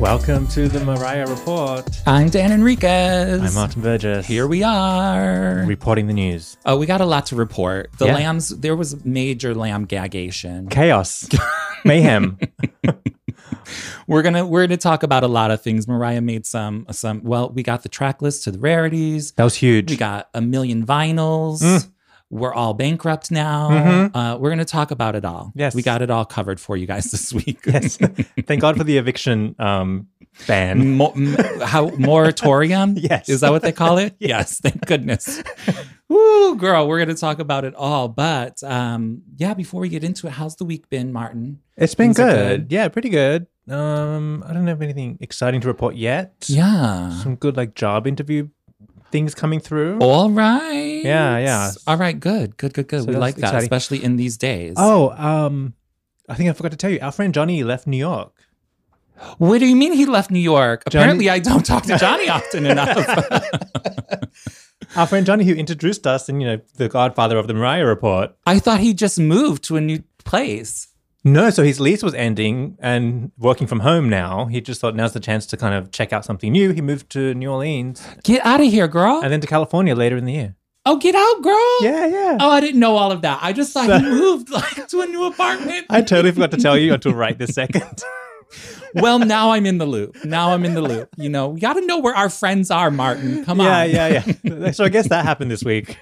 Welcome to the Mariah Report. I'm Dan Enriquez. I'm Martin Burgess. Here we are. reporting the news. oh, we got a lot to report. The Yeah. lambs, there was major lamb gagation. Chaos, mayhem. We're gonna we're gonna talk about a lot of things. Mariah made some some. Well, we got the track list to the rarities. That was We huge. got a million vinyls. Mm. We're all bankrupt now. Mhm. Uh, we're gonna talk about it all. Yes. we got it all covered for you guys this week. Yes. Thank God for the eviction um, ban. Mo- m- how moratorium? Yes. is that what they call it? yes, thank goodness. Woo, girl, we're gonna talk about it all. But um, yeah, before we get into it, how's the week been, Martin? It's been Things are good. good. Yeah, pretty good. Um, I don't have anything exciting to report yet. Yeah. Some good like job interview things coming through. All right. Yeah, yeah. All right, good, good, good, good. So we that's like that, exciting. especially in these days. Oh, um, I think I forgot to tell you. Our friend Johnny left New York. What do you mean he left New York? Johnny- Apparently I don't talk to Johnny often enough. Our friend Johnny, who introduced us and you know the Godfather of the Mariah Report. I thought he just moved to a new place. No, so his lease was ending and working from home now. He just thought now's the chance to kind of check out something new. He moved to New Orleans Get out of here, girl. and then to California later in the year. oh, get out, girl. Yeah, yeah. Oh, I didn't know all of that. I just thought he moved like to a new apartment. I totally forgot to tell you until right this second. well, now I'm in the loop. Now I'm in the loop. You know, we got to know where our friends are, Martin. Come yeah, on. yeah, yeah. So I guess that happened this week.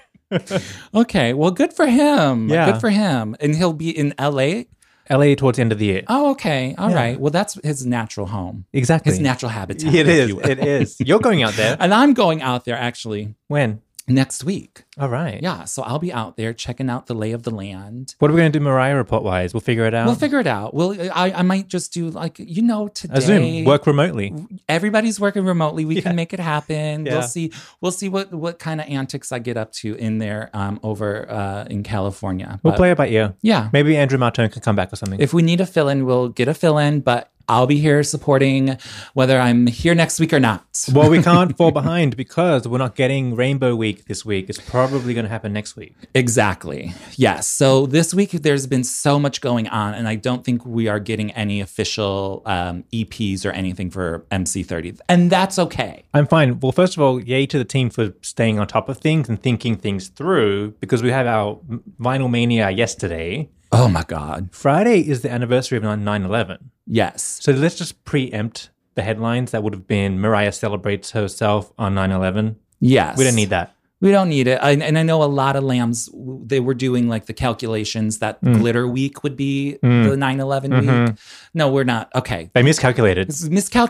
Okay. Well, good for him. Yeah. Good for him. And he'll be in LA. LA towards the end of the year. Oh, okay. All right. Yeah. Well, that's his natural home, exactly. his natural habitat. it if is. you will. It is. You're going out there. And I'm going out there actually When? next week. All right. Yeah. So I'll be out there checking out the lay of the land. What are we going to do Mariah report wise? We'll figure it out. We'll figure it out. Well, I, I might just do like, you know, today. a Zoom, work remotely. everybody's working remotely. We Yeah. can make it happen. Yeah. We'll see. We'll see what what kind of antics I get up to in there um, over uh, in California. We'll But, play it by ear. Uh, Yeah. Maybe Andrew Martin can come back or something. If we need a fill in, we'll get a fill in. But I'll be here supporting whether I'm here next week or not. well, we can't fall behind because we're not getting Rainbow Week this week. It's probably going to happen next week. Exactly. Yes. So this week there's been so much going on, and I don't think we are getting any official um, EPs or anything for MC30, and that's okay. I'm fine. Well, first of all, yay to the team for staying on top of things and thinking things through because we had our m- Vinyl Mania yesterday. Oh my God. Friday is the anniversary of 9 11. Yes. So let's just preempt the headlines that would have been Mariah celebrates herself on 9 11. Yes. We don't need that. We don't need it. And, and I know a lot of lambs, w- they were doing like the calculations that Mm. glitter week would be the 9 11 Mm-hmm. week. No, we're not. Okay. They miscalculated. It's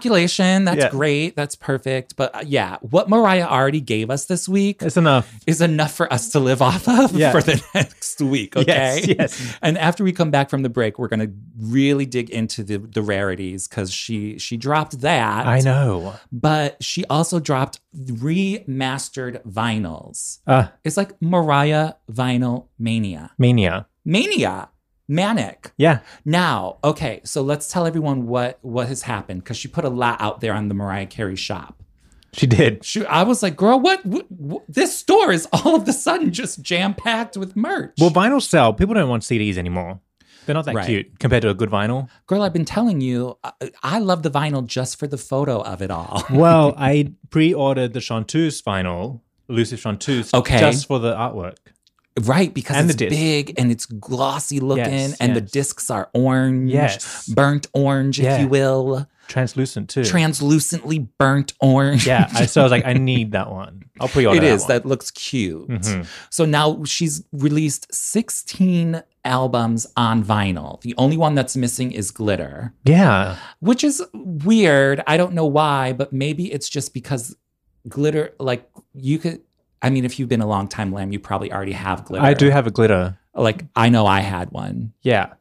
miscalculation. That's Yeah. great. That's perfect. But uh, yeah, what Mariah already gave us this week It's enough. is enough for us to live off of Yeah. for the next week. Okay. yes. And after we come back from the break, we're going to really dig into the, the rarities because she she dropped that. I know. But she also dropped remastered vinyls. Uh, It's like Mariah Vinyl Mania. mania. Mania. Manic. Yeah. Now, okay, so let's tell everyone what what has happened because she put a lot out there on the Mariah Carey shop. She did. She, I was like, girl, what, what, what- This store is all of a sudden just jam packed with merch. Well, vinyl sell. People don't want CDs anymore. They're not that Right. cute compared to a good vinyl. girl, I've been telling you, I, I love the vinyl just for the photo of it all. Well, I pre-ordered the Chanteuse vinyl, Elusive Chanteuse, Okay. just for the artwork. Right, because And the it's disc. big and it's glossy looking, Yes, and the yes. discs are orange, Yes. burnt orange, Yeah. if you will, Translucent too. translucently burnt orange. yeah. I, so I was like, I need that one. I'll pre-order. It is. That That looks cute. one. Mhm. So now she's released 16 albums on vinyl. The only one that's missing is Glitter, Yeah. which is weird. I don't know why, but maybe it's just because Glitter, like, you could. I mean, if you've been a long time lamb, you probably already have glitter. I do have a glitter. Like, I know I had one. Yeah.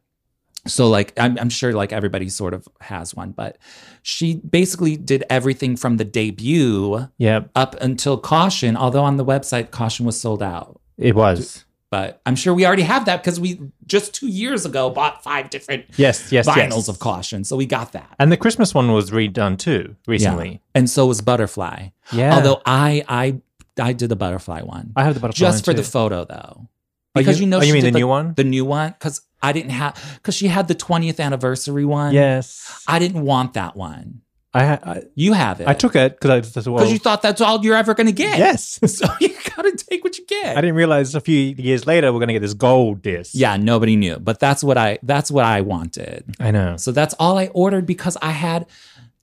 So like I'm, I'm sure like everybody sort of has one, but she basically did everything from the debut Yeah. up until Caution. Although on the website Caution was sold out, It was. but I'm sure we already have that because we just two years ago bought five different Yes. Yes. vinyls yes. of Caution, so we got that. And the Christmas one was redone too recently. And so was Butterfly. Yeah. Although I I I did the Butterfly one I have the butterfly just for one the too. photo though, Oh, because you, know oh, she you mean the did new one? the new one because I didn't have because she had the 20th anniversary one. yes. I didn't want that one. I ha- I, You have it. I took it because I just well, because you thought that's all you're ever going to get. yes. So you got to take what you get. I didn't realize a few years later we're gonna get this gold disc. yeah, nobody knew, but that's what I that's what I wanted. I know. So that's all I ordered because I had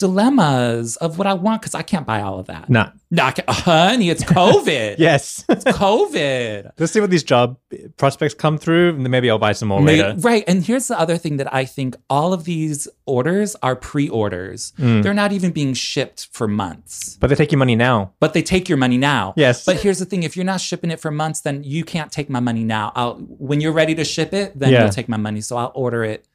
dilemmas of what I want because I can't buy all of that. Nah. No, I can't- honey, it's COVID. Yes. it's COVID. Let's see what these job prospects come through, and then maybe I'll buy some more May- later. right. And here's the other thing that I think all of these orders are pre orders. Mm. They're not even being shipped for months, But they take your money now. but they take your money now. Yes. But here's the thing if you're not shipping it for months, then you can't take my money now. I'll, when you're ready to ship it, then Yeah. you'll take my money. So I'll order it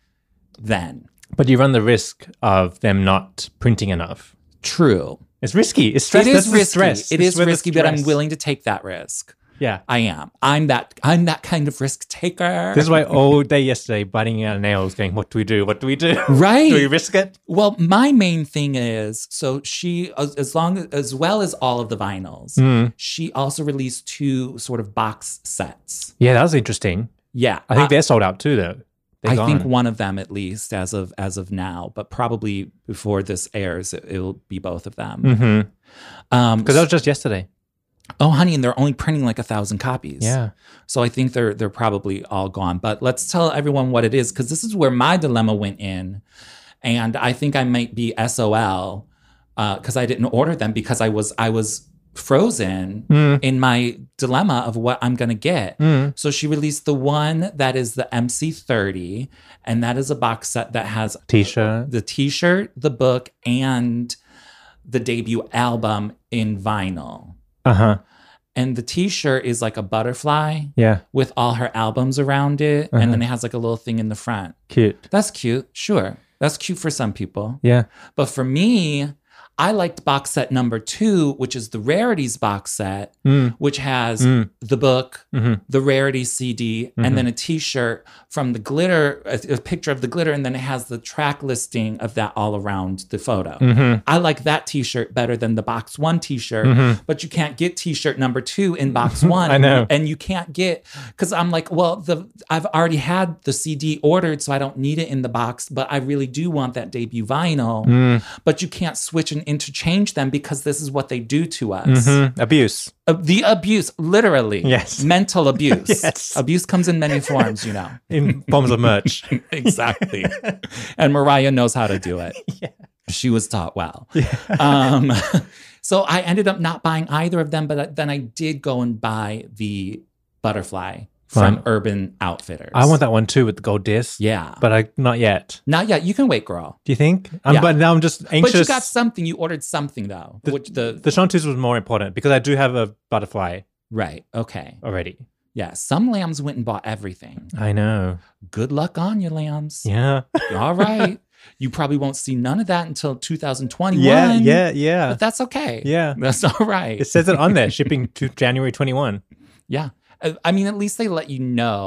then. but you run the risk of them not printing enough. True. It's risky. It's stress. it That's is the risky. Stress. It It's is where the risky, but I'm stress- willing to take that risk. Yeah. I am. I'm that I'm that kind of risk taker. This is why all day yesterday, biting our nails, going, "What do we do? What do we do? Right. do we risk it?" Well, my main thing is so she, as, as long as well as all of the vinyls, Mm. she also released two sort of box sets. Yeah, that was interesting. Yeah, I think they're sold out too, though. They're I gone. think one of them at least, as of as of now, but probably before this airs, it, will be both of them. because Um, Mm-hmm. that was just yesterday. oh, honey, and they're only printing like a thousand copies. Yeah. So I think they're they're probably all gone. But let's tell everyone what it is because this is where my dilemma went in, and I think I might be SOL because uh, I didn't order them because I was I was frozen Mm. in my dilemma of what I'm gonna get. Mm. So she released the one that is the MC30, and that is a box set that has T-shirt. the T-shirt, the book, and the debut album in vinyl. Uh huh. And the T-shirt is like a butterfly Yeah. with all her albums around it Uh-huh. and then it has like a little thing in the front Cute. that's cute sure that's cute for some people Yeah. but for me i liked box set number two which is the rarities box set Mm. which has Mm. the book hmm the rarity cd Mhm. and then a t-shirt from the glitter a, a picture of the glitter and then it has the track listing of that all around the photo hmm i like that t-shirt better than the box one t-shirt hmm but you can't get t-shirt number two in box one I know. and you can't get because i'm like well the i've already had the cd ordered so i don't need it in the box but i really do want that debut vinyl Mm. but you can't switch and interchange them because this is what they do to us Mhm. Abuse. Uh, the abuse literally Yes. mental abuse Yes. abuse comes in many forms you know In forms of merch. exactly and mariah knows how to do it Yeah. she was taught well Yeah. um, so I ended up not buying either of them, but then I did go and buy the butterfly from Fun. Urban Outfitters. I want that one too with the gold disc. Yeah. But I not yet. not yet. You can wait, girl. Do you think? I'm, Yeah. But now I'm just anxious. But you got something. You ordered something though. The- which the, the chanteuse was more important because I do have a butterfly right. Okay. already. Yeah. Some lambs went and bought everything. I know. Good luck on you, lambs. Yeah. All right. You probably won't see none of that until 2021. Yeah. Yeah. Yeah. But that's okay. Yeah. That's all right. It says it on there, shipping to January 21. Yeah. I- I mean, at least they let you know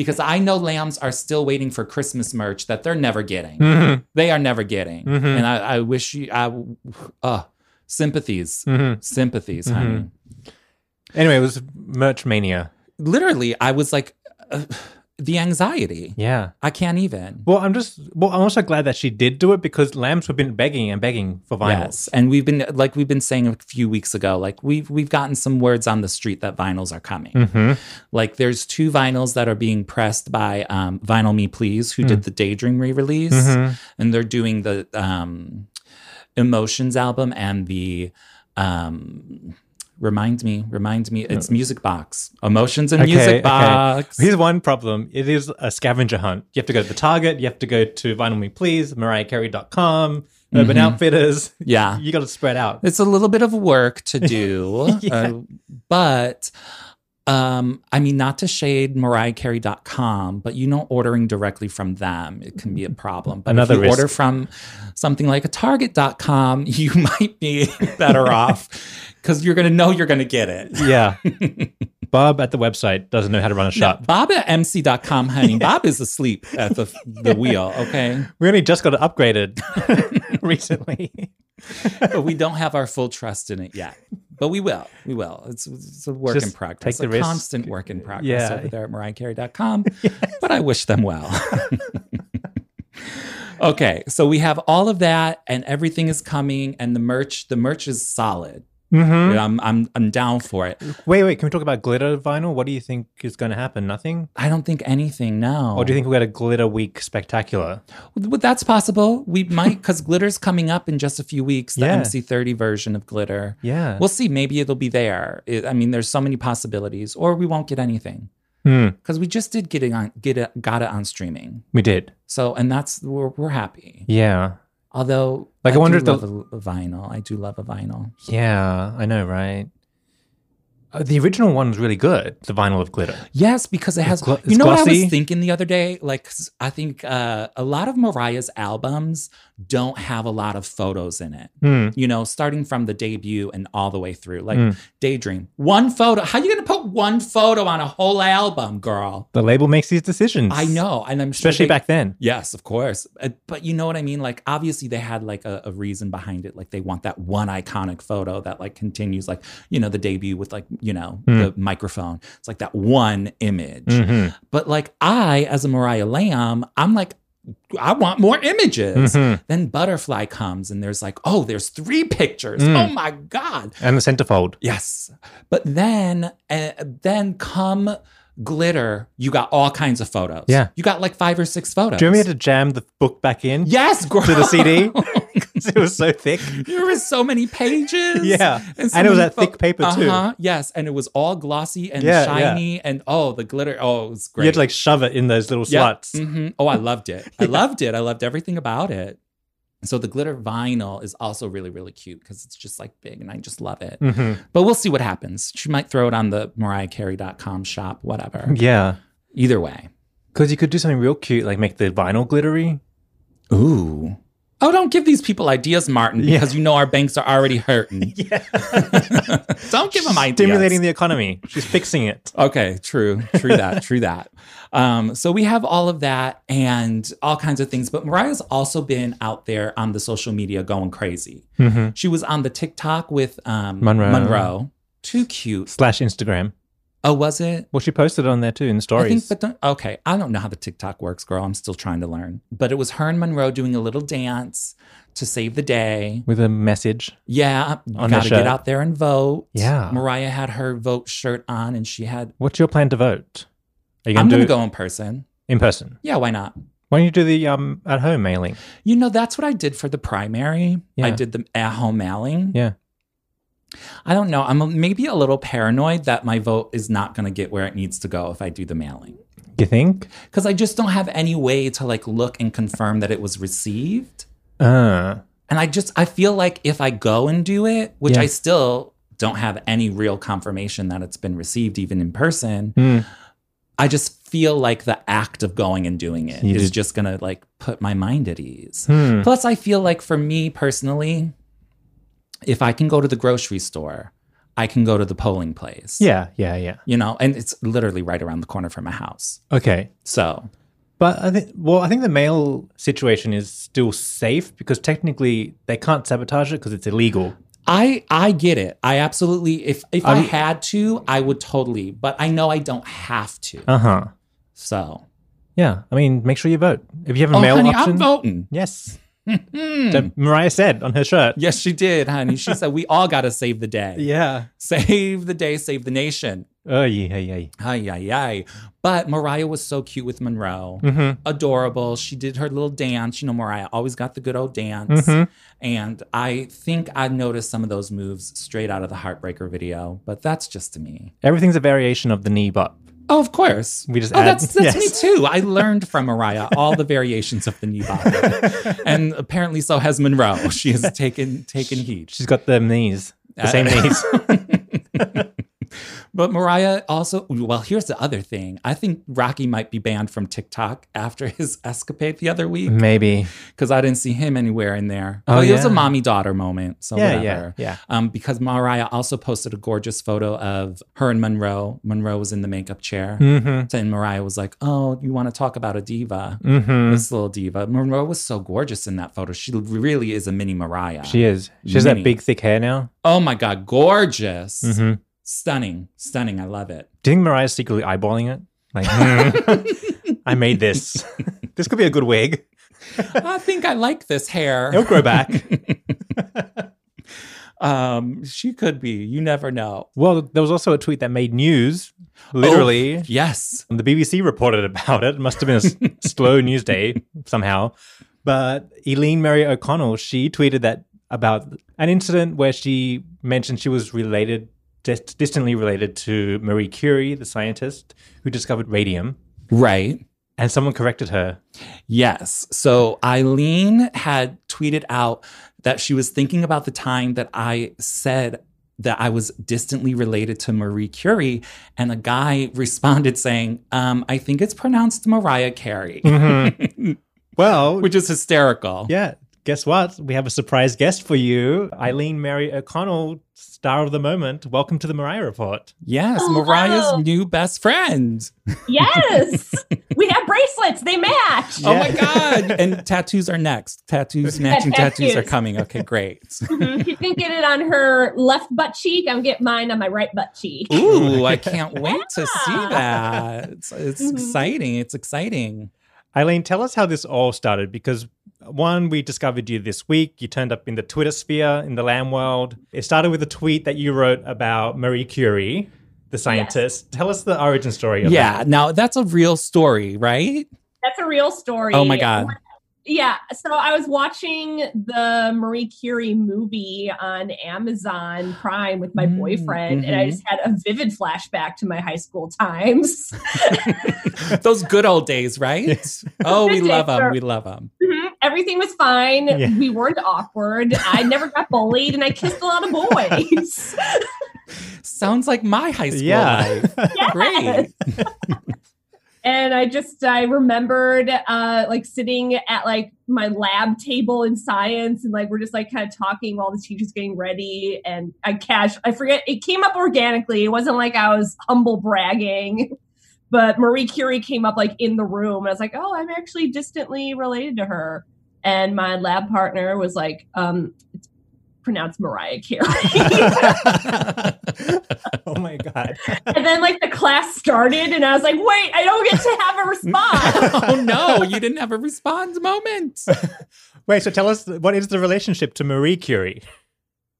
because I know lambs are still waiting for Christmas merch that they're never getting. Mm-hmm. They are never getting. Mhm. And I, I wish you, I, uh, sympathies, Mm-hmm. sympathies, honey. Anyway, it was merch mania. Literally, I was like, uh, the anxiety. Yeah. I can't even. Well, I'm just, well, I'm also glad that she did do it because lambs have been begging and begging for vinyls. Yes. And we've been, like, we've been saying a few weeks ago, like, we've, we've gotten some words on the street that vinyls are coming. Mm-hmm. Like, there's two vinyls that are being pressed by um, Vinyl Me Please, who did the Daydream re release. Hmm. Mm-hmm. and they're doing the um, emotions album and the um, remind me remind me it's music box emotions and Uh, Okay, okay. music box Here's one problem. It is a scavenger hunt. You have to go to the Target. You have to go to Vinyl Me Please, MariahCarey.com, Urban Outfitters. yeah You got to spread out. it's a little bit of work to do Yeah. uh, but um, I mean, not to shade MariahCarey.com, but you know, ordering directly from them, it can be a problem. But Another if you risk. order from something like a Target.com, you might be better off because you're going to know you're going to get it. Yeah. Bob at the website doesn't know how to run a shop. Bob at mc.com, honey. Bob is asleep at the, the wheel, okay? We only just got it upgraded recently. But we don't have our full trust in it yet. But we will. We will. It's, it's a work in Just progress. take the a risk. constant work in progress Yeah. over there at mariahcarey.com. But I wish them well. Okay, so we have all of that, and everything is coming, and the merch. The merch is solid. Mm-hmm. I'm I'm I'm down for it. Wait, wait. Can we talk about glitter vinyl? What do you think is going to happen? Nothing? I don't think anything now. Or Oh, do you think we got a glitter week spectacular? Well, that's possible. We might because glitter's coming up in just a few weeks. The Yeah. MC30 version of glitter. Yeah. We'll see. Maybe it'll be there. It- I mean, there's so many possibilities, or we won't get anything Hmm, because we just did get it on get it got it on streaming. we did. So and that's we're we're happy. Yeah. Although Like, I do wonder if the- love a, a vinyl. I do love a vinyl. Yeah. I know, right? Uh, the original one's really good. The vinyl of glitter. Yes, because it has. gl- it's you know what I glossy. was thinking the other day? Like, 'cause I think uh, a lot of Mariah's albums don't have a lot of photos in it. Hmm. You know, starting from the debut and all the way through. Like, Mm. Daydream, one photo. How you gonna put one photo on a whole album, girl? The label makes these decisions. I know, and I'm sure Especially they- back then. Yes, of course. Uh, But you know what I mean? Like, obviously, they had like a, a reason behind it. Like, they want that one iconic photo that like continues, like, you know, the debut with like, you know, the microphone. It's like that one image. Mhm, But like, I, as a Mariah Lamb, I'm like, I want more images. mhm. Then Butterfly comes and there's like, oh, there's three pictures. Mm. Oh my God. And the centerfold. Yes. But then, uh, then come glitter, you got all kinds of photos. Yeah. You got like five or six photos. Do you remember we had to jam the book back in? Yes, girl. To the CD? Because it was so thick. there were so many pages. Yeah. so And it was many that thick paper, too. Uh-huh, yes, and it was all glossy and Yeah, yeah. shiny, and oh, the glitter. Oh, it was great. You had to like shove it in those little Yeah. slots. Mhm. Oh, I loved it. I loved it. I loved everything about it. So the glitter vinyl is also really, really cute because it's just like big, and I just love it. Mhm. But we'll see what happens. She might throw it on the MariahCarey.com shop, whatever. Yeah. Either way. Because you could do something real cute, like make the vinyl glittery. Ooh. Oh, don't give these people ideas, Martin, Yeah. because you know our banks are already hurting. Yeah. don't give them ideas. Stimulating the economy. She's fixing it. Okay, true, true that, true that. Um, so we have all of that and all kinds of things, but Mariah's also been out there on the social media going crazy. Mhm. She was on the TikTok with um, Monroe. Monroe. Too cute. Slash Instagram. Oh, was it? Well, she posted it on there too in the stories. I think, but don't, okay, I don't know how the TikTok works, girl. I'm still trying to learn. But it was her and Monroe doing a little dance to save the day. With a message. Yeah, you On the gotta get shirt. out there and vote. Yeah. Mariah had her vote shirt on, and she had. What's your plan to vote? Are you I'm going to do gonna it go in person. in person? Yeah, why not? Why don't you do the um, at home mailing? You know, that's what I did for the primary. I Yeah. did the at home mailing. Yeah. I don't know. I'm a- maybe a little paranoid that my vote is not going to get where it needs to go if I do the mailing. You think? Because I just don't have any way to like look and confirm that it was received. Uh, And I just, I feel like if I go and do it, which Yeah. I still don't have any real confirmation that it's been received even in person, hmm. I just feel like the act of going and doing it is You did- just going to like put my mind at ease. Hmm. Plus, I feel like for me personally, if I can go to the grocery store, I can go to the polling place. Yeah, yeah, yeah. You know, and it's literally right around the corner from my house. Okay. So, But I think well, I think the mail situation is still safe because technically they can't sabotage it because it's illegal. I I get it. I absolutely if if i I'm- had to, I would totally, but I know I don't have to. Uh-huh. So, Yeah. I mean, make sure you vote. If you have a oh, mail honey, Hmm. option. I'm voting. yes. That Mariah said on her shirt. Yes, she did, honey. She said we all got to save the day. Yeah. Save the day, save the nation. Oh yeah, yeah, yeah. Ay, ay, ay. But Mariah was so cute with Monroe. Adorable. She did her little dance. You know, Mariah always got the good old dance. And I think I noticed some of those moves straight out of the Heartbreaker video, but that's just to me. Everything's a variation of the knee bop. Oh, of course. We just oh, add- that's yes. that's me too. I learned from Mariah all the variations of the knee bop, and apparently so has Monroe. She has taken taken heed. She's got them knees. Uh, The same knees. But Mariah also, well, here's the other thing. I think Rocky might be banned from TikTok after his escapade the other week Maybe. because I didn't see him anywhere in there. Mm-hmm. Oh, but it was a yeah. mommy daughter moment. So, Yeah, whatever. yeah, yeah. Um, because Mariah also posted a gorgeous photo of her and Monroe. Monroe was in the makeup chair. Mm-hmm. And Mariah was like, Oh, you want to talk about a diva? Mm-hmm. This little diva. Monroe was so gorgeous in that photo. She really is a mini Mariah. She is. She has Mini. that big thick hair now. oh my God, gorgeous. Mm-hmm. Stunning, stunning. I love it. Do you think Mariah's secretly eyeballing it? Like, hmm, I made this. this could be a good wig. I think I like this hair. It'll grow back. um, she could be. You never know. well, there was also a tweet that made news. Literally, Oh, yes. And the BBC reported about it. It must have been a s- slow news day somehow. But Eileen Mary O'Connell, she tweeted that about an incident where she mentioned she was related, dist- distantly related to Marie Curie, the scientist who discovered radium. Right. And someone corrected her. Yes. So Eileen had tweeted out that she was thinking about the time that I said that I was distantly related to Marie Curie, and a guy responded saying, um, "I think it's pronounced Mariah Carey," Mm-hmm. Well, which is hysterical. yeah, guess what? We have a surprise guest for you. Eileen Mary O'Connell, star of the moment. Welcome to the Mariah Report. Yes, Oh, Mariah's wow. new best friend. Yes, we have bracelets. They match. Oh my Yeah. God. and tattoos are next. Tattoos, matching tattoos are tattoos. coming. Okay, great. Mhm. She's gonna get it on her left butt cheek. I'm getting mine on my right butt cheek. Ooh, I can't wait to see Yeah. that. It's, it's Mhm. exciting. It's exciting. Eileen, tell us how this all started because one, we discovered you this week. You turned up in the Twitter sphere, in the lamb world. It started with a tweet that you wrote about Marie Curie, the scientist. Tell us the origin story of Yeah. Now that's a real story, right? That's a real story. Oh my God. Yeah. So I was watching the Marie Curie movie on Amazon Prime with my Mm, boyfriend, and I mhm. just had a vivid flashback to my high school times. Those good old days, right? Oh, we Good love days them. are- We love them. Mhm. Everything was fine. Yeah. We weren't awkward. I never got bullied, and I kissed a lot of boys. Sounds like my high school Yeah. life. Great. and i just i remembered uh like sitting at like my lab table in science and like we're just like kind of talking while the teacher's getting ready and i cash i forget it came up organically it wasn't like i was humble bragging but marie curie came up like in the room and i was like oh i'm actually distantly related to her and my lab partner was like um it's pronounced mariah carey Oh my God. and then like the class started and i was like wait i don't get to have a response oh no, you didn't have a response moment. Wait, so tell us what is the relationship to Marie Curie?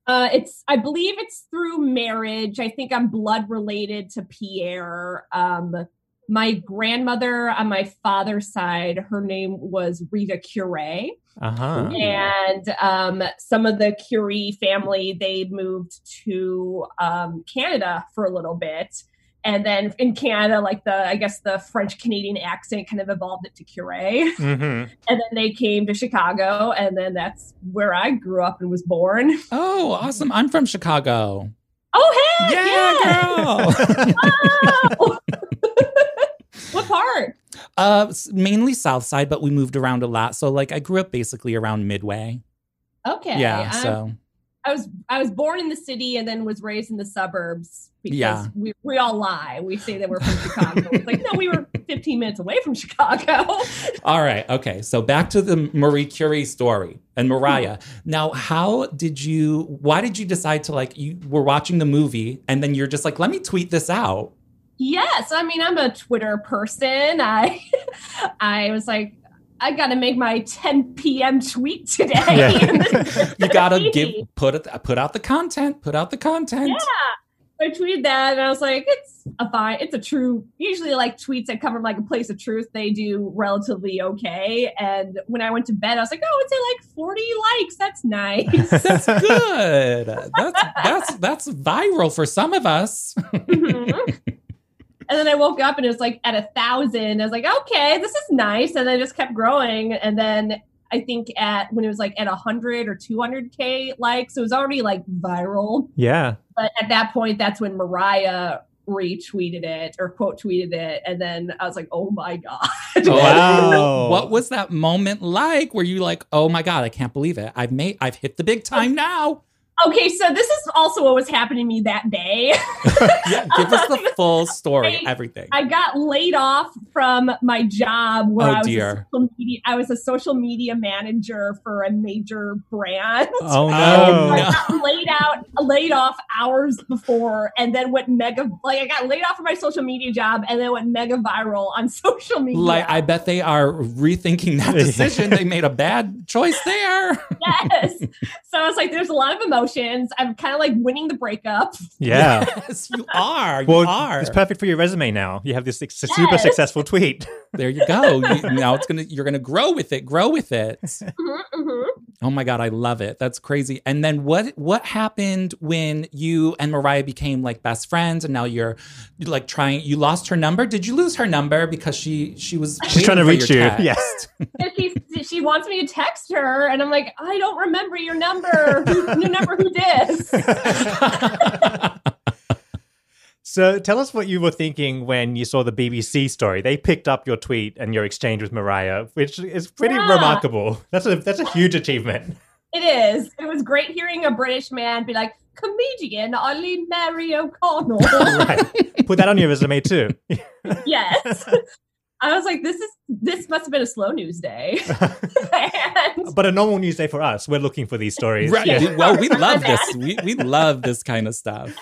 Uh, it's I believe it's through marriage. I think I'm blood related to Pierre. Um, my grandmother on my father's side, her name was Rita Curie, Uh huh. Ooh. and um, some of the Curie family they moved to um, Canada for a little bit, and then in Canada, like the I guess the French Canadian accent kind of evolved it to Curie hmm and then they came to Chicago, and then that's where I grew up and was born. Oh, awesome. I'm from Chicago. Oh heck Yeah, girl. Oh! what part? uh, s- mainly South Side, but we moved around a lot. So like I grew up basically around Midway. Okay. yeah. I'm- So I was I was born in the city and then was raised in the suburbs because Yeah. we, we all lie. We say that we're from Chicago. It's like, no, we were 15 minutes away from Chicago. all right. Okay. So back to the Marie Curie story and Mariah. Now, how did you why did you decide to like you were watching the movie and then you're just like, let me tweet this out? Yes, I mean I'm a Twitter person. I I was like, I gotta make my 10 p.m. tweet today. Yeah. You gotta give put it put out the content, put out the content. I tweeted that and I was like, it's a fine, it's a true. Usually, like tweets that come from like a place of truth, they do relatively okay. And when I went to bed, I was like, oh, it's at like 40 likes. That's nice. That's good. that's that's that's viral for some of us. Mhm. and then I woke up and it was like at a thousand. I was like, okay, this is nice. And then it just kept growing. And then I think at when it was like at 100 or 200K likes, it was already like viral. Yeah. But at that point, that's when Mariah retweeted it or quote tweeted it. And then I was like, oh my God. Wow. What was that moment like? Were you like, oh my God, I can't believe it. I've made I've hit the big time now. Okay, so this is also what was happening to me that day. yeah, give us the full story, everything. I got laid off from my job where Oh, I was dear. a social media I was a social media manager for a major brand. Oh Um, no. no. I got laid out laid off hours before and then went mega like I got laid off from my social media job and then went mega viral on social media. Like, I bet they are rethinking that Yeah. decision. they made a bad choice there. yes. So I was like, there's a lot of emotions. I'm kind of like winning the breakup. Yeah. Yes, you are. You Well, are. it's perfect for your resume now. You have this ex- super Yes. successful tweet. there you go. You, now it's gonna. You're gonna grow with it. Grow with it. Mhm, mhm. Oh my god, I love it. That's crazy. And then what what happened when you and Mariah became like best friends and now you're like trying you lost her number? Did you lose her number because she she was She's trying to waiting reach for you. your text? Yes. And she, she wants me to text her, and I'm like, I don't remember your number. Who, new number, who this? So tell us what you were thinking when you saw the BBC story. They picked up your tweet and your exchange with Mariah, which is pretty Yeah. remarkable. That's a that's a huge achievement. It is. It was great hearing a British man be like, comedian Ollie Mary O'Connell. right. Put that on your resume too. yes. I was like, this is this must have been a slow news day. and But a normal news day for us. We're looking for these stories. Right. Yeah. We- Well, we love this. We we love this kind of stuff.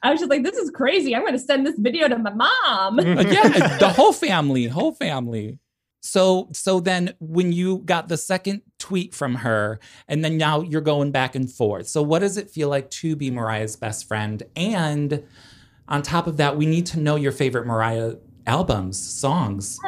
I was just like, this is crazy. I'm gonna send this video to my mom. Mhm. Like, yeah, the whole family, whole family. So so then when you got the second tweet from her and then now you're going back and forth. So what does it feel like to be Mariah's best friend? And on top of that, we need to know your favorite Mariah albums, songs.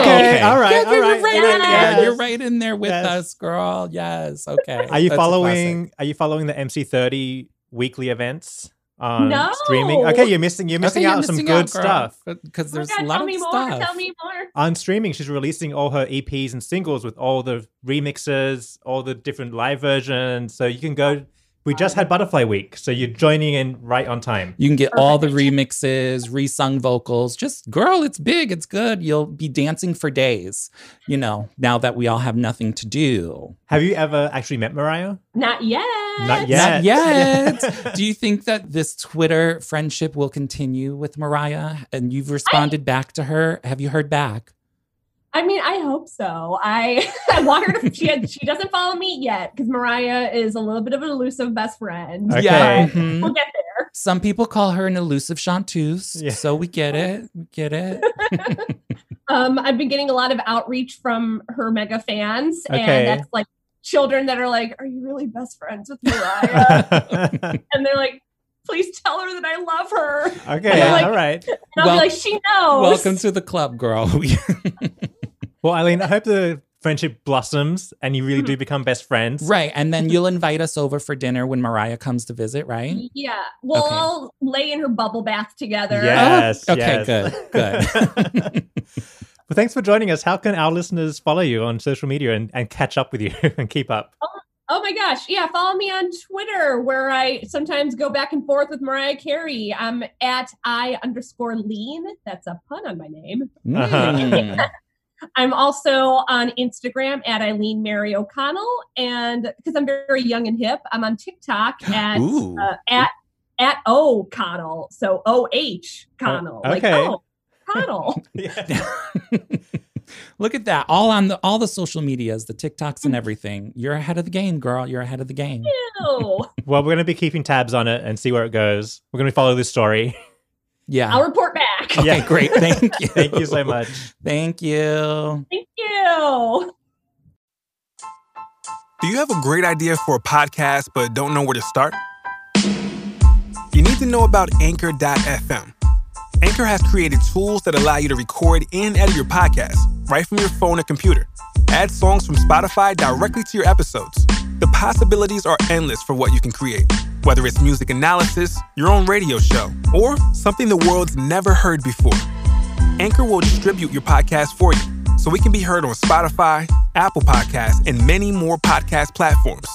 Okay, Okay. All right. Yeah, all you're right. right in Yes. there. You're right in there with Yes. us, girl. Yes. Okay. Are you That's a classic. following? Are you following the MC30 weekly events on No. streaming? Okay, you're missing. You're missing Okay, you're out on some missing good out, girl, stuff. because Oh my there's God, a lot tell of me more, stuff. tell me more. on streaming. She's releasing all her EPs and singles with all the remixes, all the different live versions. So you can go. We just had Butterfly Week, so you're joining in right on time. You can get all the remixes, resung vocals. Just girl, it's big, it's good. You'll be dancing for days, you know, now that we all have nothing to do. Have you ever actually met Mariah? Not yet. Not yet. Not yet. Do you think that this Twitter friendship will continue with Mariah? And you've responded back to her. Have you heard back? I mean, I hope so. I I want her to. She had, she doesn't follow me yet because Mariah is a little bit of an elusive best friend. Okay. Yeah. But mhm. We'll get there. Some people call her an elusive chanteuse. Yeah. So we get it. We get it. Um, I've been getting a lot of outreach from her mega fans, Okay. and that's like children that are like, "Are you really best friends with Mariah?" and they're like, "Please tell her that I love her." And okay, like- all right. I'll Well- be like, "She knows." Welcome to the club, girl. Well, Eileen, I hope the friendship blossoms and you really do become best friends. right. And then you'll invite us over for dinner when Mariah comes to visit, right? Yeah, we'll Okay. all lay in her bubble bath together. Yes. Oh, okay, yes. good, good. well, thanks for joining us. How can our listeners follow you on social media and, and catch up with you and keep up? Oh my gosh. Yeah. Follow me on Twitter where I sometimes go back and forth with Mariah Carey. I'm at I underscore lean. That's a pun on my name. Mm. I'm also on Instagram at Eileen Mary O'Connell. And because I'm very young and hip, I'm on TikTok at, Ooh. uh, at, at O'Connell. So O H Connell. Like, okay. oh, Connell. Look at that! All on the all the social medias, the TikToks and everything. You're ahead of the game, girl. You're ahead of the game. Ew. Well, we're going to be keeping tabs on it and see where it goes. We're going to follow this story. Yeah. I'll report back. okay, Yeah. great. Thank you. Thank you so much. Thank you. Thank you. Do you have a great idea for a podcast but don't know where to start? You need to know about Anchor.fm. Anchor has created tools that allow you to record and edit your podcast right from your phone or computer. Add songs from Spotify directly to your episodes. The possibilities are endless for what you can create, whether it's music analysis, your own radio show, or something the world's never heard before. Anchor will distribute your podcast for you so it can be heard on Spotify, Apple Podcasts, and many more podcast platforms.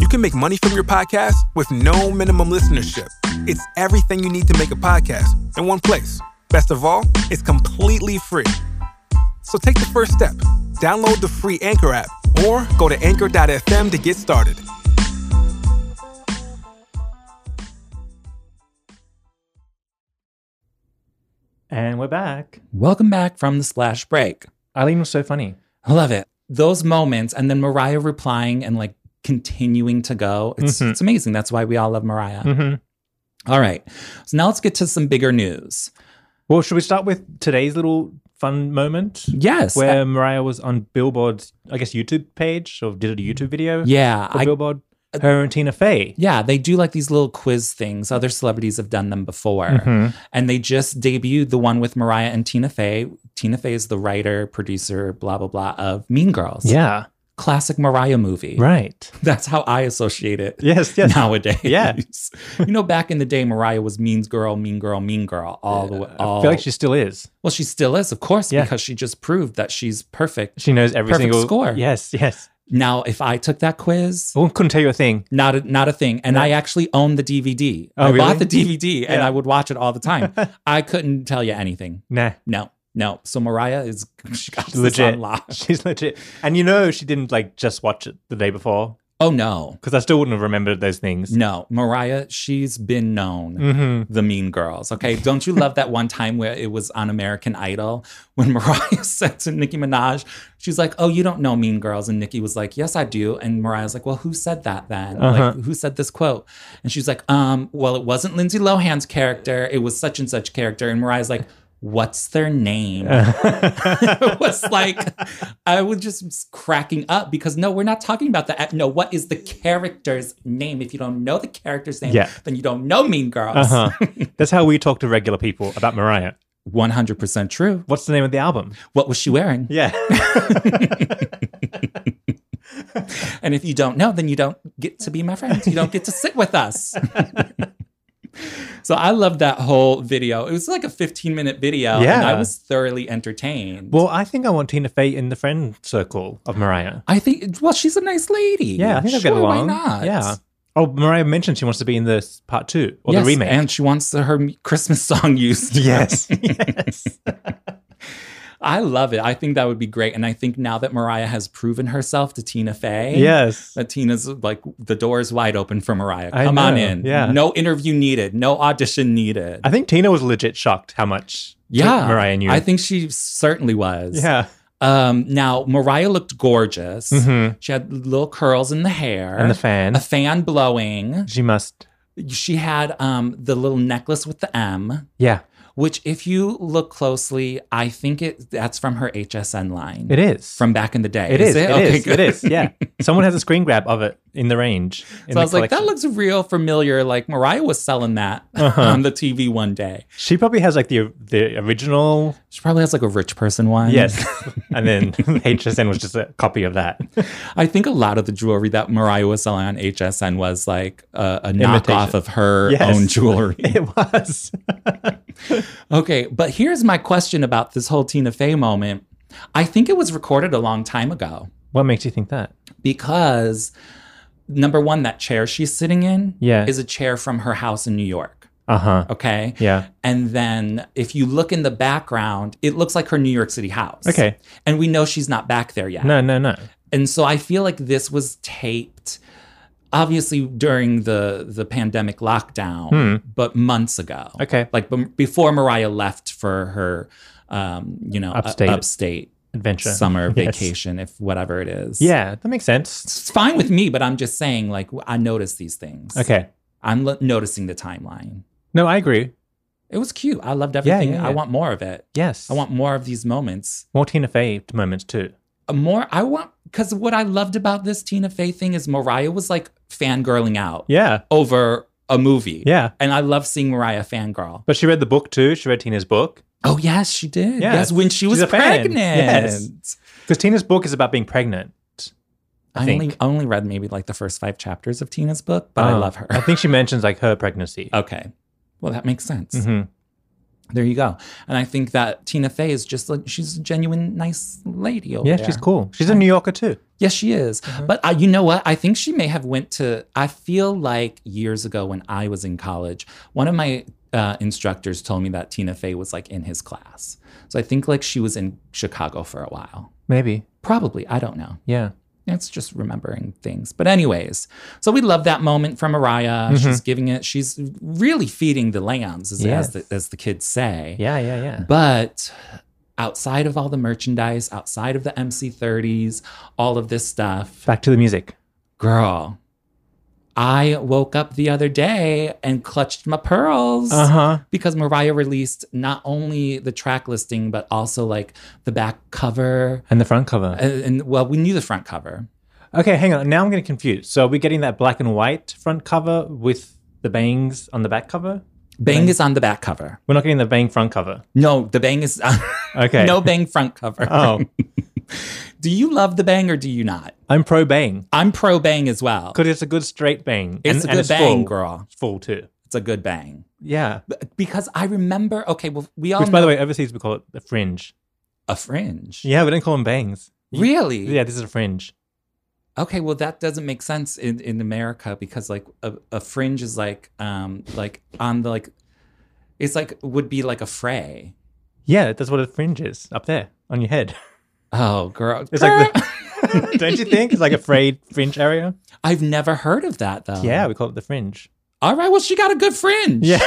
You can make money from your podcast with no minimum listenership. It's everything you need to make a podcast in one place. Best of all, it's completely free. So take the first step. Download the free Anchor app or go to anchor.fm to get started. And we're back. Welcome back from the splash break. Eileen was so funny. I love it. Those moments and then Mariah replying and like continuing to go. It's, Mhm. it's amazing. That's why we all love Mariah. Mm-hmm. All right. So now let's get to some bigger news. Well, should we start with today's little fun moment Yes. where Mariah was on Billboard's, I guess, YouTube page or did a YouTube video yeah. for I, Billboard? Her and Tina Fey. yeah. They do like these little quiz things. Other celebrities have done them before. Mhm. And they just debuted the one with Mariah and Tina Fey. Tina Fey is the writer, producer, blah, blah, blah of Mean Girls. Yeah, Classic Mariah movie. right. That's how I associate it. Yes, yes. Nowadays, Yeah. you know, back in the day, Mariah was mean girl, mean girl, mean girl, all the way. All I feel like she still is. well, she still is, of course, Yeah. because she just proved that she's perfect. She knows every Perfect single score. Yes, yes. Now, if I took that quiz, Oh, couldn't tell you a thing. not a, not a thing. And I actually own the DVD. Oh, I really? bought the DVD and Yeah. I would watch it all the time. I couldn't tell you anything. Nah, No, no. So Mariah is she got this legit. on lock. She's legit. And you know, she didn't like just watch it the day before Oh no, because I still wouldn't have remembered those things. no, Mariah. She's been known. Mm-hmm. the mean girls. Okay. Don't you love that one time where it was on American Idol when Mariah said to Nicki Minaj, she's like, Oh, you don't know mean girls. And Nicki was like, Yes, I do. And Mariah's like, Well, who said that then? Uh-huh. Like, who said this quote? And she's like, Um, well, it wasn't Lindsay Lohan's character. It was such and such character. And Mariah's like, What's their name? it was like I was just cracking up because no, we're not talking about that. No, what is the character's name? If you don't know the character's name, Yeah. then you don't know Mean Girls. Uh huh. That's how we talk to regular people about Mariah. 100% true. What's the name of the album? What was she wearing? Yeah. And if you don't know, then you don't get to be my friend. You don't get to sit with us. so I loved that whole video. It was like a 15 minute video. And I Yeah. was thoroughly entertained. well, I think I want Tina Fey in the friend circle of Mariah. I think, well, she's a nice lady. Yeah, I think they'll sure, get along. Why not? Yeah. Oh, Mariah mentioned she wants to be in this part two or Yes, the remake. And she wants her Christmas song used. yes. yes. I love it. I think that would be great. And I think now that Mariah has proven herself to Tina Fey. Yes. That Tina's like the door is wide open for Mariah. I Come on know, in. yeah. No interview needed. No audition needed. I think Tina was legit shocked how much yeah. Mariah knew. I think she certainly was. yeah. Um, now Mariah looked gorgeous. Mhm. She had little curls in the hair. And the fan. a fan blowing. She must. She had um the little necklace with the M. Yeah. which if you look closely, I think it that's from her HSN line. It is. From back in the day. It is. It is. Okay, It good. is. Yeah. Someone has a screen grab of it in the range. in So the I was like, that collection. looks real familiar. Like Mariah was selling that Uh-huh. on the TV one day. She probably has like the the original. She probably has like a rich person one. Yes. and then HSN was just a copy of that. I think a lot of the jewelry that Mariah was selling on HSN was like a, a knockoff Imitation. of her Yes. own jewelry. It was. okay, but here's my question about this whole Tina Fey moment. I think it was recorded a long time ago What makes you think that? because number one, that chair she's sitting in Yeah. is a chair from her house in New York. Uh huh. Okay. Yeah. And then if you look in the background, it looks like her New York City house. Okay. And we know she's not back there yet. No, no, no. And so I feel like this was taped obviously during the the pandemic lockdown, but months ago. Hmm. Okay. Like bem- before Mariah left for her um, you know, u- Upstate. upstate Adventure. summer Yes. vacation if whatever it is. Yeah, that makes sense. It's fine with me, but I'm just saying like I notice these things. Okay. I'm lo- noticing the timeline. No, I agree. It was cute. I loved yeah, everything. yeah. I want more of it. Yes. I want more of these moments. more Tina Fey moments too. A More, I want, because what I loved about this Tina Fey thing is Mariah was like fangirling out Yeah. over a movie. Yeah. And I love seeing Mariah fangirl. But she read the book too. She read Tina's book. Oh, yes, she did. Yeah, Yes, when she she's was a fan. pregnant. Yes. Because Tina's book is about being pregnant. I, only, think. I only read maybe like the first five chapters of Tina's book, but I Um, love her. I think she mentions like her pregnancy. okay. Well, that makes sense. hmm There you go. And I think that Tina Fey is just like, she's a genuine, nice lady over Yeah, there. she's cool. She's a New Yorker too. Yes, she is. Mm-hmm. But uh, you know what? I think she may have went to. I feel like years ago when I was in college, one of my uh, instructors told me that Tina Fey was like in his class. So I think like she was in Chicago for a while. Maybe. Probably. I don't know. Yeah. it's just remembering things. But anyways, so we love that moment from Mm-hmm. Araya. She's giving it. She's really feeding the lambs, as, Yes. as, the, as the kids say. Yeah, yeah, yeah. But outside of all the merchandise, outside of the MC30s, all of this stuff, Back to the music. girl, I woke up the other day and clutched my pearls Uh huh. because Mariah released not only the track listing, but also like the back cover. And the front cover. And, and well, we knew the front cover. Okay, hang on. Now I'm getting confused. So are we getting that black and white front cover with the bangs on the back cover? Bang is on the back cover. We're not getting the bang front cover. No, the bang is Okay. no bang front cover. Oh, Do you love the bang or do you not? I'm pro bang. I'm pro bang as well. Because it's a good straight bang. It's a good bang, full. girl. It's full too. It's a good bang. Yeah. B- Because I remember, okay, well, we all Which, by know the way, overseas we call it the fringe. a fringe. Yeah, we don't call them bangs. Really? Yeah, this is a fringe. Okay, well, that doesn't make sense in, in America because like a, a fringe is like um like on the like it's like would be like a fray. Yeah, that's what a fringe is up there on your head. Oh, girl, It's like the, don't you think it's like a frayed fringe area? I've never heard of that though. Yeah, we call it the fringe. All right. Well, she got a good fringe. Yeah,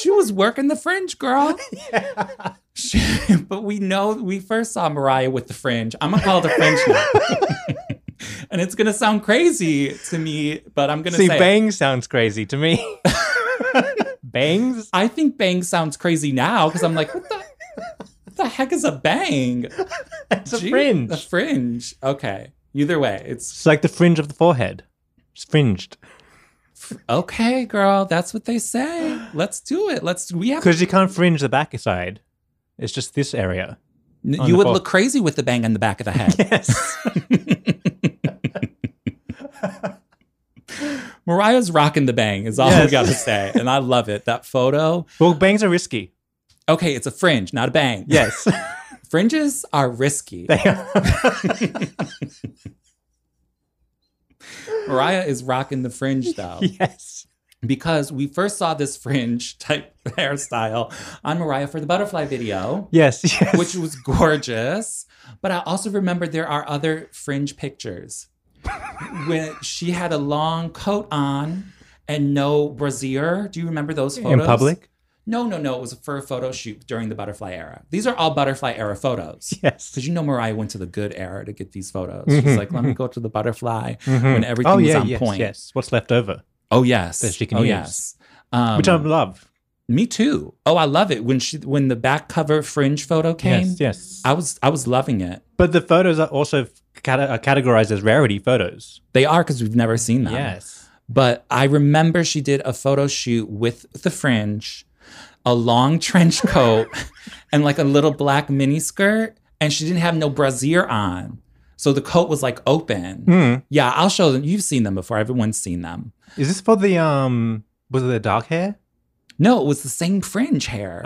she was working the fringe, girl. She- but we know we first saw Mariah with the fringe. I'm gonna call it the fringe now. and it's gonna sound crazy to me, but I'm gonna see, say it. bang sounds crazy to me. Bangs? I think bang sounds crazy now because I'm like, what the, what the heck is a bang? It's a Gee, fringe. A fringe. Okay. Either way, it's It's like the fringe of the forehead. It's fringed okay, girl. That's what they say. Let's do it. Let's. We have. because you can't fringe the back side. It's just this area. you the would ball. look crazy with the bang on the back of the head. Yes. Mariah's rocking the bang is all Yes. we gotta say, and I love it. That photo. well, bangs are risky. Okay, it's a fringe, not a bang. Yes. fringes are risky. they are. Mariah is rocking the fringe though. yes. because we first saw this fringe type hairstyle on Mariah for the butterfly video, Yes. Yes. which was gorgeous. But I also remember there are other fringe pictures when she had a long coat on and no brassiere. Do you remember those photos? in public. No, no, no. It was a fur photo shoot during the butterfly era. These are all butterfly era photos. Yes. Because you know Mariah went to the good era to get these photos. She's Mm-hmm. like, let me go to the butterfly when everything Oh was yeah. on Yes. point. Yes. What's left over, Oh yes. That she can oh, use. yes. Um, which I love. me too. Oh, I love it when she when the back cover fringe photo came. Yes. Yes. I was I was loving it. But the photos are also cate- are categorized as rarity photos. They are because we've never seen them. But I remember she did a photo shoot with the fringe, a long trench coat, and like a little black mini skirt, and she didn't have no brassiere on. So the coat was like open. Mm. Yeah, I'll show them. You've seen them before. Everyone's seen them. Hmm. Is this for the um? Was it the dark hair? No, it was the same fringe hair.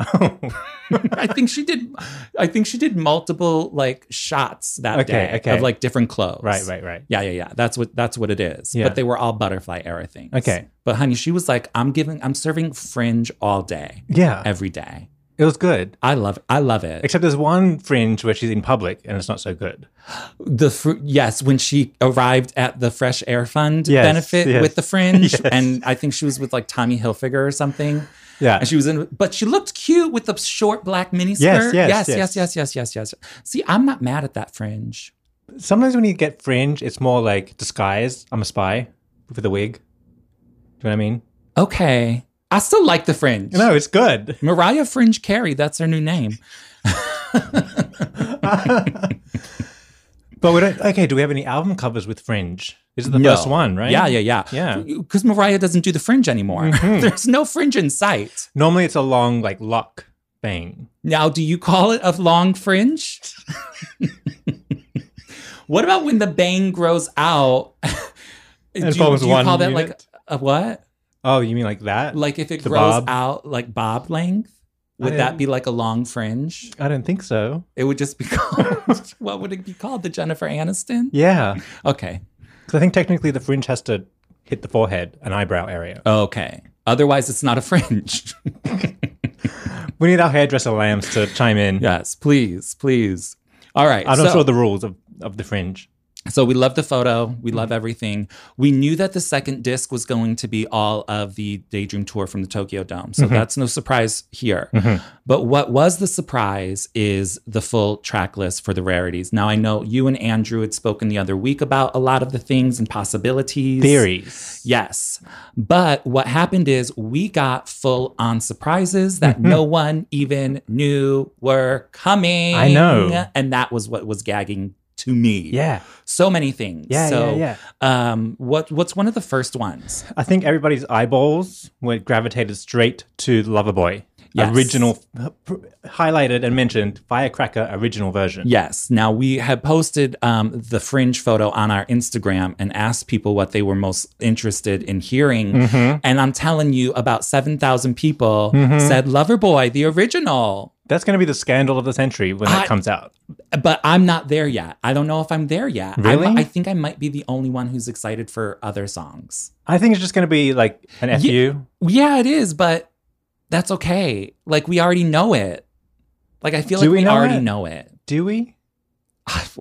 I think she did. I think she did multiple like shots that Okay, day okay. of like different clothes. Right. Right. Right. Yeah, yeah, yeah. That's what that's what it is. Yeah. But they were all butterfly era things. Okay. But honey, she was like, I'm giving, I'm serving fringe all day, Yeah. every day. It was good. I love, I love it. Except there's one fringe where she's in public and it's not so good. the fr- yes when she arrived at the fresh air fund Yes, benefit yes. with the fringe Yes. and i think she was with like tommy hilfiger or something Yeah. and she was in but she looked cute with the short black mini Yes, skirt yes, yes yes yes. yes yes yes yes see i'm not mad at that fringe Sometimes when you get fringe, it's more like disguise. I'm a spy with a wig. Do you know what I mean? okay i still like the fringe No, it's good. mariah fringe carey that's her new name But we don't. Okay, do we have any album covers with fringe? This is the No. first one, right? yeah yeah yeah Yeah. Mm-hmm. because mariah doesn't do the fringe anymore there's no fringe in sight Normally it's a long like lock bang. Now, do you call it a long fringe? what about when the bang grows out? do you, forms do you one call that like unit? a what? Oh, you mean like that? Like if it The grows bob? out like bob length, would I that am- be like a long fringe? I don't think so. It would just be called what would it be called? The Jennifer Aniston? Yeah, Okay. because I think technically the fringe has to hit the forehead and eyebrow area. Okay. Otherwise it's not a fringe. We need our hairdresser lambs to chime in. yes, please, please. All right. I'm not so- sure of the rules of, of the fringe. So we love the photo. We Mm-hmm. love everything. We knew that the second disc was going to be all of the Daydream Tour from the Tokyo Dome. Mm-hmm. So that's no surprise here. But what was the surprise is the full track list for the rarities. Now, I know you and Andrew had spoken the other week about a lot of the things and possibilities. Theories. Yes. But what happened is we got full on surprises that Mm-hmm. no one even knew were coming. I know. And that was what was gagging to me. Yeah. So many things. Yeah, so, yeah, Um, what what's one of the first ones? I think everybody's eyeballs were gravitated straight to Loverboy. Yes. Original, highlighted and mentioned Firecracker original version. Yes. Now we had posted um, the fringe photo on our Instagram and asked people what they were most interested in hearing. Mm-hmm. And I'm telling you, about seven thousand people Mm-hmm. said "Loverboy," the original. That's going to be the scandal of the century when I- it comes out. But I'm not there yet. I don't know if I'm there yet. I'm- Really? I think I might be the only one who's excited for other songs. I think it's just going to be like an FU. Yeah, it is, but that's okay. Like we already know it. Like I feel Do like we we, know already it? know it. Do we?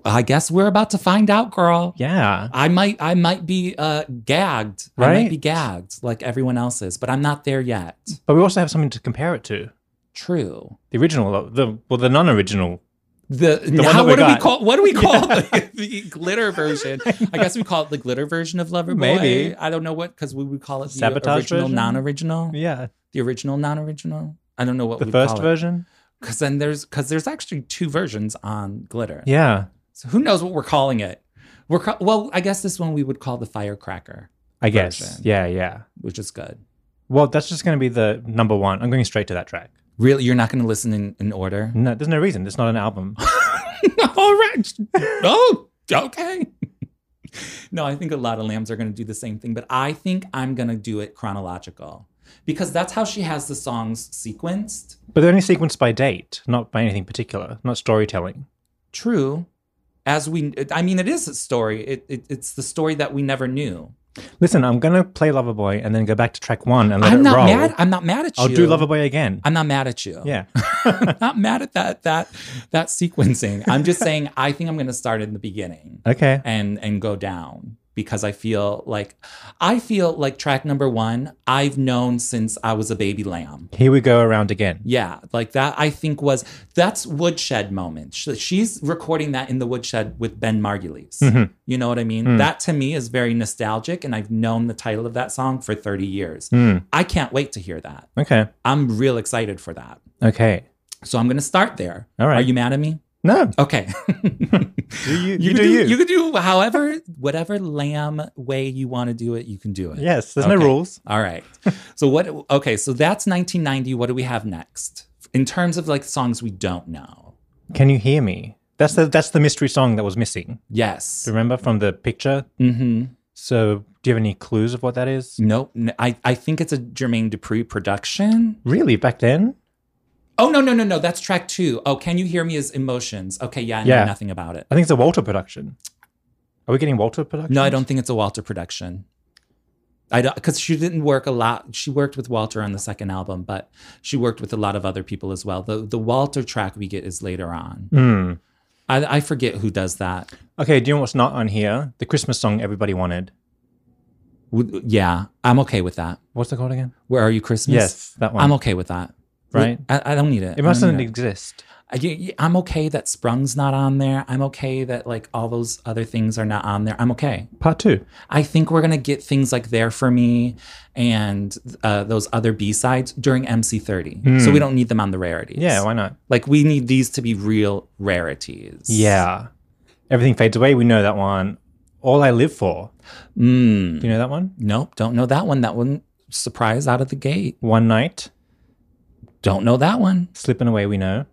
I guess we're about to find out, girl. Yeah. I might I might be uh gagged. I might Right? be gagged like everyone else is, but I'm not there yet. But we also have something to compare it to. True. The original, the well, the non-original. The, one how, that we what do we got. call what do we call the, the glitter version? I guess we call it the glitter version of Loverboy. Maybe. I don't know what because we would call it the Sabotage original version? non-original. Yeah. The original non-original. I don't know what The we'd first call it. version. Because then there's because there's actually two versions on glitter. Yeah. So who knows what we're calling it? We're ca- well, I guess this one we would call the firecracker, I guess. Version. Yeah. Yeah. which is good. Well, that's just going to be the number one. I'm going straight to that track. Really, you're not going to listen in, in order. No, there's no reason. It's not an album. All right. Oh, okay. no, I think a lot of lambs are going to do the same thing, but I think I'm going to do it chronological because that's how she has the songs sequenced. But they're only sequenced by date, not by anything particular, not storytelling. True. As we, I mean, it is a story. It, it, it's the story that we never knew. Listen, I'm gonna play Loverboy and then go back to track one and let I'm it not roll. mad. I'm not mad at you. I'll do Loverboy again. I'm not mad at you. yeah. I'm not mad at that that that sequencing. I'm just saying I think I'm going to start in the beginning Okay. and and go down because I feel like I feel like track number 1 I've known since I was a baby lamb. Here we go around again. Yeah, like that I think was that's woodshed moment. Sh- She's recording that in the woodshed with Ben Margulies. Mm-hmm. You know what I Mm. mean? That to me is very nostalgic and I've known the title of that song for 30 years. Mm. I can't wait to hear that. Hmm. Okay. I'm real excited for that. Okay. So I'm going to start there. All right. Are you mad at me? No. Okay. Do you? You, can do, you. You can do however, whatever lamb way you want to do it, you can do it. yes. There's Okay. no rules. All right. So what? Okay. So that's 1990. What do we have next in terms of like songs we don't know? Can you hear me? That's the that's the mystery song that was missing. Yes. Remember from the picture? Mm-hmm. So, do you have any clues of what that is? Nope. N- I I think it's a Jermaine Dupri production. Really, back then? Oh no no no no. That's track two. Oh, can you hear me? Is emotions? Okay. Yeah. I know Yeah. nothing about it. I think it's a Walter production. Are we getting Walter production? No, I don't think it's a Walter production. I don't because she didn't work a lot. She worked with Walter on the second album, but she worked with a lot of other people as well. The the Walter track we get is later on. Hmm. I, I forget who does that. Okay, do you know what's not on here? The Christmas song everybody wanted. Would- Yeah, I'm okay with that. What's it called again? Where are you, Christmas? Yes, that one. I'm okay with that. Right? I, I don't need it. It mustn't I exist. am okay that Sprung's not on there. I'm okay that like all those other things are not on there. I'm okay. Part two. I think we're gonna get things like "There for Me" and uh, those other B sides during MC30. So we don't need them on the rarities. Hmm. Yeah, why not? like we need these to be real rarities. Yeah. Everything fades away. We know that one. All I live for. Mm. You know that one? Nope. Don't know that one. That one surprise out of the gate. One night. Don't know that one. Slipping away. We know.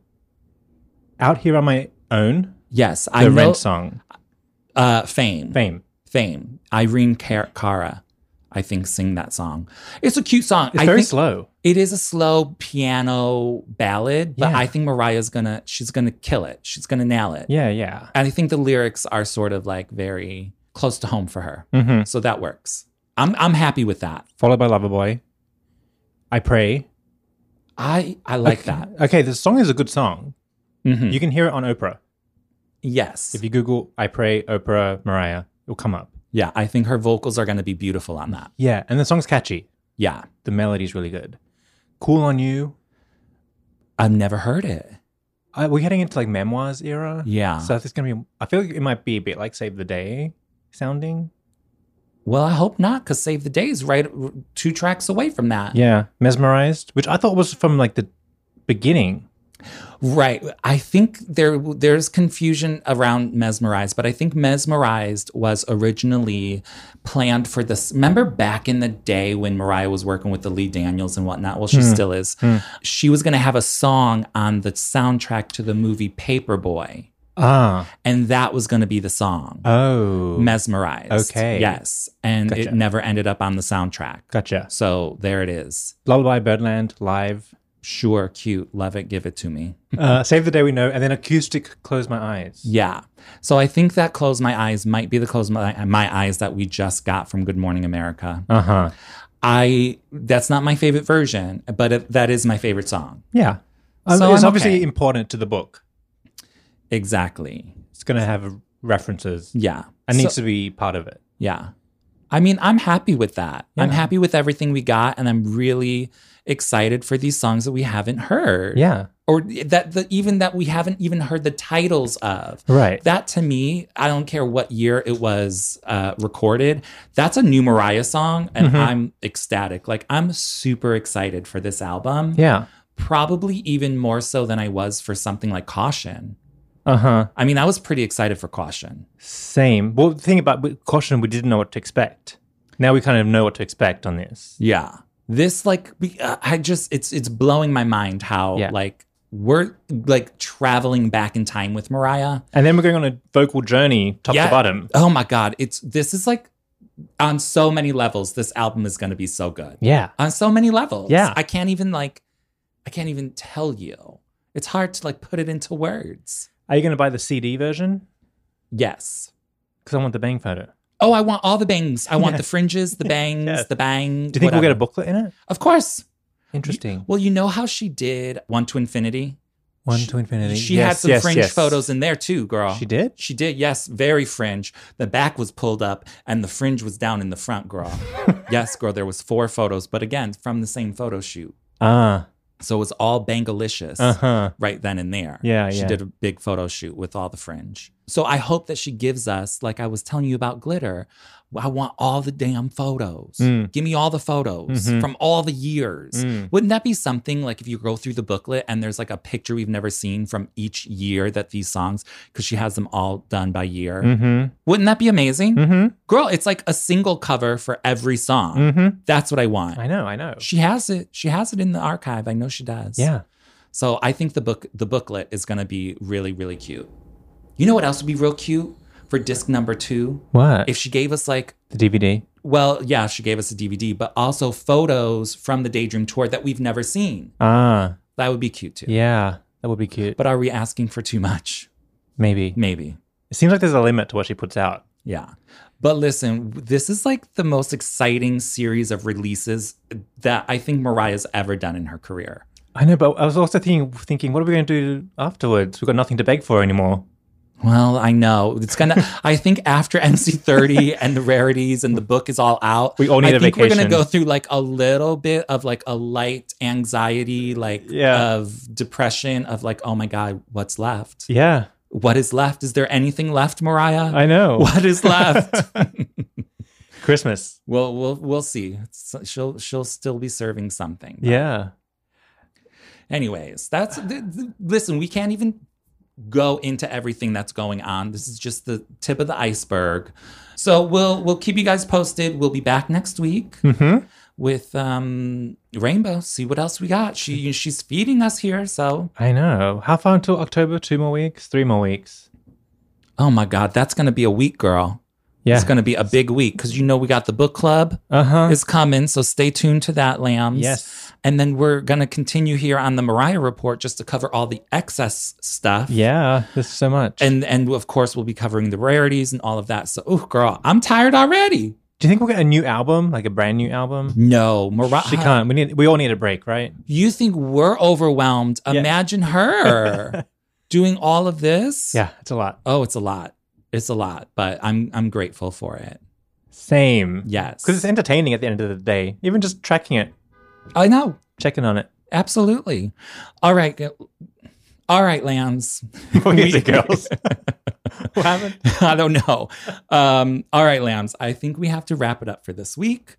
Out here on my own. Yes, The I know. Rent song. Uh, fame. Fame. Fame. Irene Car- Cara, I think, sing that song. It's a cute song. It's I very think slow. It is a slow piano ballad, but Yeah. I think Mariah's gonna. She's gonna kill it. She's gonna nail it. Yeah, yeah. And I think the lyrics are sort of like very close to home for her. Mm-hmm. So that works. I'm I'm happy with that. Followed by Loverboy. I pray. I I like that. Okay, this song is a good song. Mhm. You can hear it on Oprah. Yes. If you Google I Pray Oprah Mariah, it'll come up. yeah, I think her vocals are going to be beautiful on that. Yeah, and the song's catchy. Yeah. The melody's really good. Cool on You. I've never heard it. Uh, we're heading into like memoirs era. Yeah. So it's gonna be. I feel like it might be a bit like Save the Day sounding. well, I hope not cuz Save the Day is right r- two tracks away from that. Yeah, mesmerized, which I thought was from like the beginning. Right. I think there there's confusion around mesmerized, but I think mesmerized was originally planned for this. Remember back in the day when Mariah was working with the Lee Daniels and whatnot? Well, Hmm. she still is. She was going to have a song on the soundtrack to the movie Paperboy, Ah, and that was going to be the song. oh, mesmerized. Okay. Yes. And it Gotcha. never ended up on the soundtrack. gotcha. So there it is. Lullaby Birdland live. Sure, cute. Love it. Give it to me. Uh, Save the Day we know, and then acoustic. Close my eyes. Yeah. So I think that Close My Eyes might be the Close My, my Eyes that we just got from Good Morning America. Uh huh. I that's not my favorite version, but it, that is my favorite song. Yeah. Um, So it's I'm obviously okay. important to the book. Exactly. It's gonna have references. Yeah. It So- needs to be part of it. Yeah. I mean, I'm happy with that. I'm Yeah. happy with everything we got and I'm really excited for these songs that we haven't heard. Yeah. or that the even that we haven't even heard the titles of. Right. That to me, I don't care what year it was uh, recorded. That's a new Mariah song, and Mhm. I'm ecstatic. Like I'm super excited for this album. yeah. Probably even more so than I was for something like Caution. Uh huh. I mean, I was pretty excited for Caution. Same. Well, the thing about with caution, we didn't know what to expect. Now we kind of know what to expect on this. Yeah. This like be- uh, I just it's it's blowing my mind how Yeah. like we're like traveling back in time with Mariah. And then we're going on a vocal journey, top Yeah. to bottom. Oh my god, it's this is like on so many levels this album is going to be so good. Yeah. On so many levels. Yeah. I can't even like I can't even tell you. It's hard to like put it into words. Are you going to buy the CD version? Yes. Because I want the bang photo. Oh, I want all the bangs. I want Yeah. the fringes, the bangs, Yes. the bang. Do you think we'll get a whatever. booklet in it? Of course. Interesting. Well, you know how she did One to Infinity? One she- to infinity. She had Yes, some yes, fringe yes. photos in there too, girl. She did? She did, yes, very fringe. The back was pulled up and the fringe was down in the front, girl. yes, girl, there was four photos, but again, from the same photo shoot. Ah. So it was all bangalicious Uh huh. right then and there. Yeah, She yeah. did a big photo shoot with all the fringe. So I hope that she gives us, like I was telling you about glitter, I want all the damn photos. Mm. Give me all the photos Mhm. from all the years. Mm. Wouldn't that be something like if you go through the booklet and there's like a picture we've never seen from each year that these songs, because she has them all done by year? Mm Wouldn't that be amazing? hmm. Mm Girl, it's like a single cover for every song. hmm. Mm That's what I hmm. want. I know. I know. She has it. She has it in the archive. I know she does. Yeah. So I think the book, the booklet, is going to be really, really cute. You know what else would be real cute for disc number two? What? If she gave us like, the DVD. well, yeah, she gave us a DVD, but also photos from the Daydream tour that we've never seen. Ah. That would be cute too. Yeah. That would be cute. But are we asking for too much? Maybe. Maybe. It seems like there's a limit to what she puts out. Yeah. But listen, this is like the most exciting series of releases that I think Mariah's ever done in her career. I know, but I was also thinking, thinking, what are we going to do afterwards? We've got nothing to beg for anymore. Well, I know. It's gonna I think after MC30 and the rarities and the book is all out. We all need I a think we're gonna vacation. go through like a little bit of like a light anxiety, like Yeah. of depression of like, oh my God, what's left? Yeah, What is left? Is there anything left, Mariah? I know. What is left? Christmas. Well, we'll we'll see. It's- she'll she'll still be serving something. Yeah. Anyways, that's th- th- listen. We can't even go into everything that's going on. This is just the tip of the iceberg. So we'll we'll keep you guys posted. We'll be back next week Mm-hmm. with um, Rainbow. See what else we got. She she's feeding us here. So I know. How far until October? Two more weeks? Three more weeks? oh my god, that's gonna be a week, girl. Yeah. It's gonna be a big week because you know we got the book club Uh huh. is coming. So stay tuned to that, lambs. Yes. And then we're going to continue here on the Mariah report just to cover all the excess stuff. Yeah. There's so much. And and of course we'll be covering the rarities and all of that. So, oh girl, I'm tired already. do you think we'll get a new album, like a brand new album? No, Mariah. She can't. We need. We all need a break, right? You think we're overwhelmed? Yeah. Imagine her. doing all of this. Yeah, it's a lot. Oh, it's a lot. It's a lot, but I'm I'm grateful for it. Same. Yes. Because it's entertaining at the end of the day. Even just tracking it, I know. checking on it. Absolutely. All right. All right, lambs. Boys and girls. what happened? I don't know. Um, all right, lambs. I think we have to wrap it up for this week.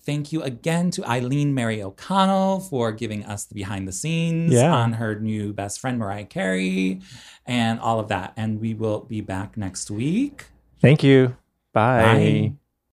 Thank you again to Eileen Mary O'Connell for giving us the behind the scenes Yeah. on her new best friend Mariah Carey and all of that. And we will be back next week. Thank you. Bye. Bye.